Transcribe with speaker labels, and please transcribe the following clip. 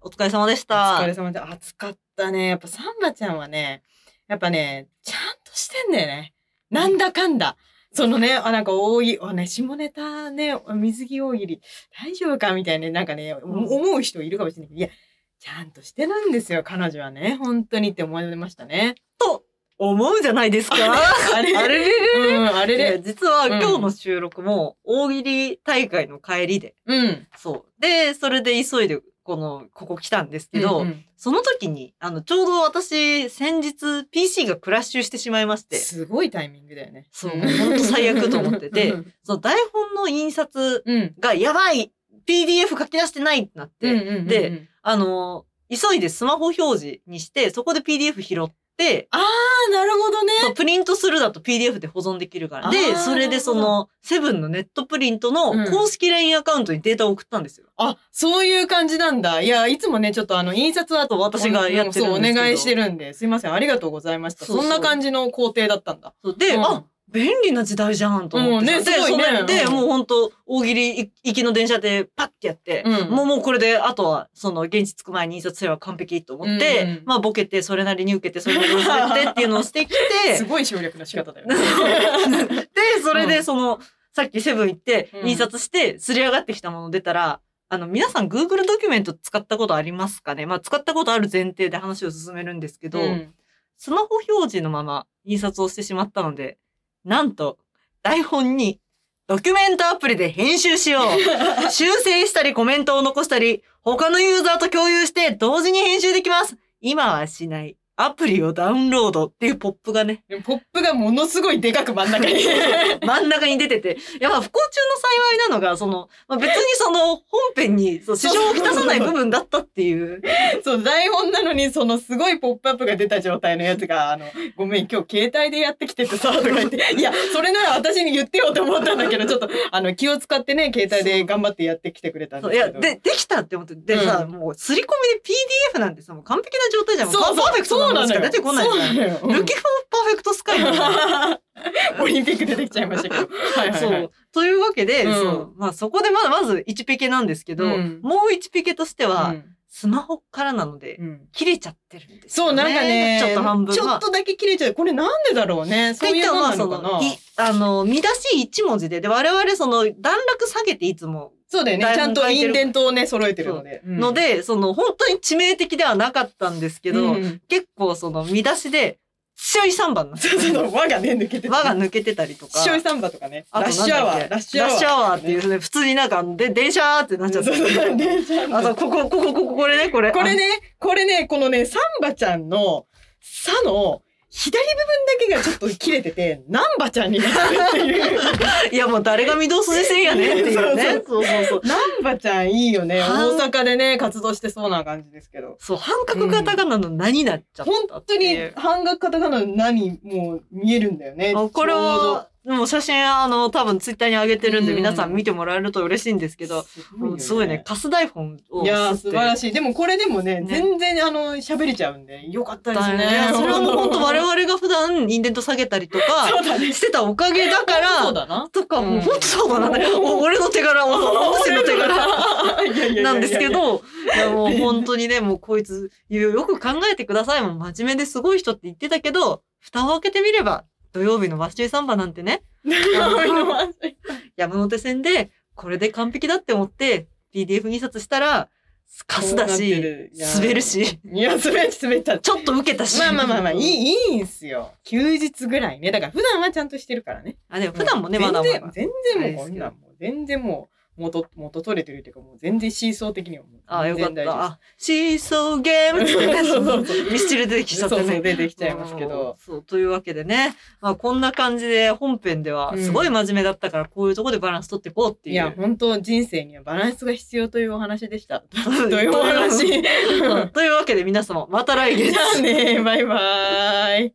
Speaker 1: お疲れ様でし
Speaker 2: お
Speaker 1: た。
Speaker 2: 疲れ様で暑かったね。やっぱサンバちゃんはね、やっぱね、ちゃんとしてんだよね。なんだかんだ。そのね、あ、なんか大喜利、あね、下ネタね、水着大喜利、大丈夫かみたいな、なんかね、
Speaker 1: ん
Speaker 2: 思う人いるかもしれないけど、いや、ちゃんとしてるんですよ、彼女はね。本当にって思いましたね。
Speaker 1: 思うじゃないですか。
Speaker 2: あれ
Speaker 1: あれれれれ
Speaker 2: うん、あれ
Speaker 1: で
Speaker 2: れ。
Speaker 1: 実は
Speaker 2: うん
Speaker 1: 今日の収録も大喜利大会の帰りで、
Speaker 2: うん。
Speaker 1: そう。で、それで急いで、この、ここ来たんですけど、
Speaker 2: うんうん
Speaker 1: その時に、あの、ちょうど私、先日 PC がクラッシュしてしまいまして、
Speaker 2: すごいタイミングだよね。
Speaker 1: そうんほんと最悪と思って て
Speaker 2: うん
Speaker 1: その台本の印刷
Speaker 2: うん。
Speaker 1: がやばい !PDF 書き出してないってなって、
Speaker 2: うんうんうんうん
Speaker 1: で、あの、急いでスマホ表示にして、そこで PDF 拾って、
Speaker 2: あ、なるほどね。
Speaker 1: そうプリントするだと PDF で保存できるから。で、
Speaker 2: あー
Speaker 1: それでそ
Speaker 2: な
Speaker 1: の、セブンのネットプリント
Speaker 2: う
Speaker 1: の
Speaker 2: ん
Speaker 1: 公式 LINE アカウントにデータを送ったんですよ。
Speaker 2: あ、そういう感じなんだ。いや、いつもね、ちょっとあの、印刷はと
Speaker 1: 私がやってるんですけど
Speaker 2: そう、お願いしてるんで、すいません、ありがとうございました。
Speaker 1: そうそう
Speaker 2: そんな感じの工程だったんだ。
Speaker 1: そうで、
Speaker 2: うん
Speaker 1: あ、便利な時代じゃんと思ってさ、
Speaker 2: うんね
Speaker 1: です
Speaker 2: ごいね
Speaker 1: それで、
Speaker 2: うん
Speaker 1: もう本当大喜利行きの電車でパッてやって、
Speaker 2: うん
Speaker 1: もうもうこれで、あとはその現地着く前に印刷すれば完璧と思って、
Speaker 2: うんうん
Speaker 1: まあボケて、それなりに受けて、それなりに滑ってっていうのをしてき て
Speaker 2: す、ごい省略の仕方だよね。
Speaker 1: で、それ
Speaker 2: う
Speaker 1: で
Speaker 2: ん
Speaker 1: その、さっきセブン行って、
Speaker 2: うん
Speaker 1: 印刷して、すり上がってきたもの出たら、あの、皆さん Google ドキュメント使ったことありますかねまあ、使ったことある前提で話を進めるんですけど、
Speaker 2: うん
Speaker 1: スマホ表示のまま印刷をしてしまったので、なんと、台本に、ドキュメントアプリで編集しよ う。修正したりコメントを残したり、他のユーザーと共有して同時に編集できます。今はしない。アプリをダウンロードっていうポップがね、
Speaker 2: でもポップがものすごいでかく真ん中 に。
Speaker 1: 真ん中に出てて、やっぱ不幸中の幸いなのが、その、まあ、別にその本編にそう支障をきたさない部分だったっていう。
Speaker 2: そう、台本なのに、そのすごいポップアップが出た状態のやつが、あの、ごめん、今日携帯でやってきててさ、とか言って、いや、それなら私に言ってよと思ったんだけど、ちょっと、あの、気を使ってね、携帯で頑張ってやってきてくれたん
Speaker 1: そ
Speaker 2: で
Speaker 1: う
Speaker 2: す
Speaker 1: い
Speaker 2: けど。
Speaker 1: や、で、できたって思って、でさ、
Speaker 2: うん
Speaker 1: もう、すり込みで PDF なんてさ、もう完璧な状態じゃん。も
Speaker 2: そう
Speaker 1: パ
Speaker 2: そう
Speaker 1: ーフェクトなものしか出てこないじゃん。
Speaker 2: そうなのようん
Speaker 1: ルキフォーパーフェクトスカイなんだよ
Speaker 2: オリンピック出てきちゃいましたけど。はいはい、
Speaker 1: そ
Speaker 2: はい。
Speaker 1: う。というわけで、
Speaker 2: うん
Speaker 1: そう。まあ、そこでまだ、まず1ピケなんですけど、
Speaker 2: うん
Speaker 1: もう1ピケとしては、
Speaker 2: うん
Speaker 1: スマホからなので、
Speaker 2: うん
Speaker 1: 切れちゃってるんです
Speaker 2: そう、
Speaker 1: よ、ね。
Speaker 2: なんかね、
Speaker 1: ちょっと半分。
Speaker 2: ちょ
Speaker 1: ま
Speaker 2: っ
Speaker 1: あ
Speaker 2: とだけ切れちゃう。これなんでだろうね。そういうのなのかな。
Speaker 1: いあの、見出し一文字で、で、我々その、段落下げていつも、
Speaker 2: そうだよね。
Speaker 1: 台
Speaker 2: ち
Speaker 1: 本
Speaker 2: ゃんと
Speaker 1: 書い
Speaker 2: イ
Speaker 1: てる
Speaker 2: ンデントをね、揃えてるので。うん
Speaker 1: の、で、その、本当に致命的ではなかったんですけど、
Speaker 2: うん
Speaker 1: 結構その、見出しで、強い3番なんです
Speaker 2: そう
Speaker 1: よね
Speaker 2: そう、輪がね、抜けてて。
Speaker 1: 輪が抜けてたりとか、
Speaker 2: しおいサンバとかね。
Speaker 1: あ
Speaker 2: ラ
Speaker 1: と
Speaker 2: ッシュアワ
Speaker 1: なんだっ
Speaker 2: ー、
Speaker 1: け
Speaker 2: ラッシュアワー。
Speaker 1: っていうね、普通になんか、で、電車ーってなっちゃ
Speaker 2: そ
Speaker 1: っ
Speaker 2: う
Speaker 1: て
Speaker 2: そうそう。電車の
Speaker 1: あと、ここ、ここ、ここ、これね、これ。
Speaker 2: これね、これね、このね、サンバちゃんの、サの、左部分だけがちょっと切れてて、ナンバちゃんになってるっていう。
Speaker 1: あ。いや、もう誰が御堂筋線やねんって いうね。そうそうそう。
Speaker 2: ナンバちゃんいいよね。
Speaker 1: はん
Speaker 2: 大阪でね、活動してそうな感じですけど。
Speaker 1: そう、半角型がなの何になっちゃっ
Speaker 2: 本
Speaker 1: たって
Speaker 2: 当に
Speaker 1: いう。
Speaker 2: 半額カタカナの何もう見えるんだよね。
Speaker 1: あこれ
Speaker 2: ちょうど
Speaker 1: は、もう写真、あの、多分ツイッターに上げてるんで、
Speaker 2: うん
Speaker 1: 皆さん見てもらえると嬉しいんですけど、もうすごいね、。カス台本を。
Speaker 2: いやー素晴ら
Speaker 1: しい。
Speaker 2: しい。でもこれでもね、
Speaker 1: ね
Speaker 2: 全然あの喋れちゃうんで、よかったですね。
Speaker 1: いやそれはもう本当我
Speaker 2: 々
Speaker 1: 々が普段インデント下げたりとか
Speaker 2: そうだね。
Speaker 1: してたおかげだから、
Speaker 2: そうだな。
Speaker 1: とか、もう本当そうだな、
Speaker 2: うん
Speaker 1: お俺の手柄は、私の手柄。
Speaker 2: いやいやいやいや
Speaker 1: なんですけ。ど、いやもう本当にね、もうこいつ、よく考えてください。もう真面目ですごい人って言ってたけど、蓋を開けてみれば、土曜日のバスチューサンバなんてね、山手線で、これで完璧だって思って、PDF 印刷したら、カスだ
Speaker 2: こうなって
Speaker 1: し
Speaker 2: るいや、ー
Speaker 1: 滑るし、
Speaker 2: いや、滑っちゃ滑っちゃった。
Speaker 1: ちょっと受けたし。
Speaker 2: まあまあまあまあ、いい、
Speaker 1: い。
Speaker 2: いいんすよ。休日ぐらいね。だから普段はちゃんとしてるからね。
Speaker 1: あ、でも普段もね、
Speaker 2: う
Speaker 1: ま
Speaker 2: ん
Speaker 1: だま
Speaker 2: 全
Speaker 1: だ。
Speaker 2: 然、全然もうこんなんもう、全然もう、元、元取れてるっていうか、もう全然シーソー的にはもう。
Speaker 1: あ、よかっ
Speaker 2: 全然
Speaker 1: た。
Speaker 2: 大
Speaker 1: あシーソーゲームってね
Speaker 2: そうそう
Speaker 1: ミスチル出てきち
Speaker 2: 丈
Speaker 1: ゃ
Speaker 2: 夫
Speaker 1: って
Speaker 2: そ
Speaker 1: ね。
Speaker 2: うそう、出てきちゃいますけ
Speaker 1: うん
Speaker 2: ど。。
Speaker 1: そう、というわけでね。まあ、こんな感じで本編では
Speaker 2: うん
Speaker 1: すごい真面目だったから、こういうところでバランス取っていこうっていう。
Speaker 2: いや、本当人生にはバランスが必要というお話 でした。と
Speaker 1: うん
Speaker 2: い うお話。
Speaker 1: うんというわけで皆様、また来月。
Speaker 2: じゃあね、バイバイ。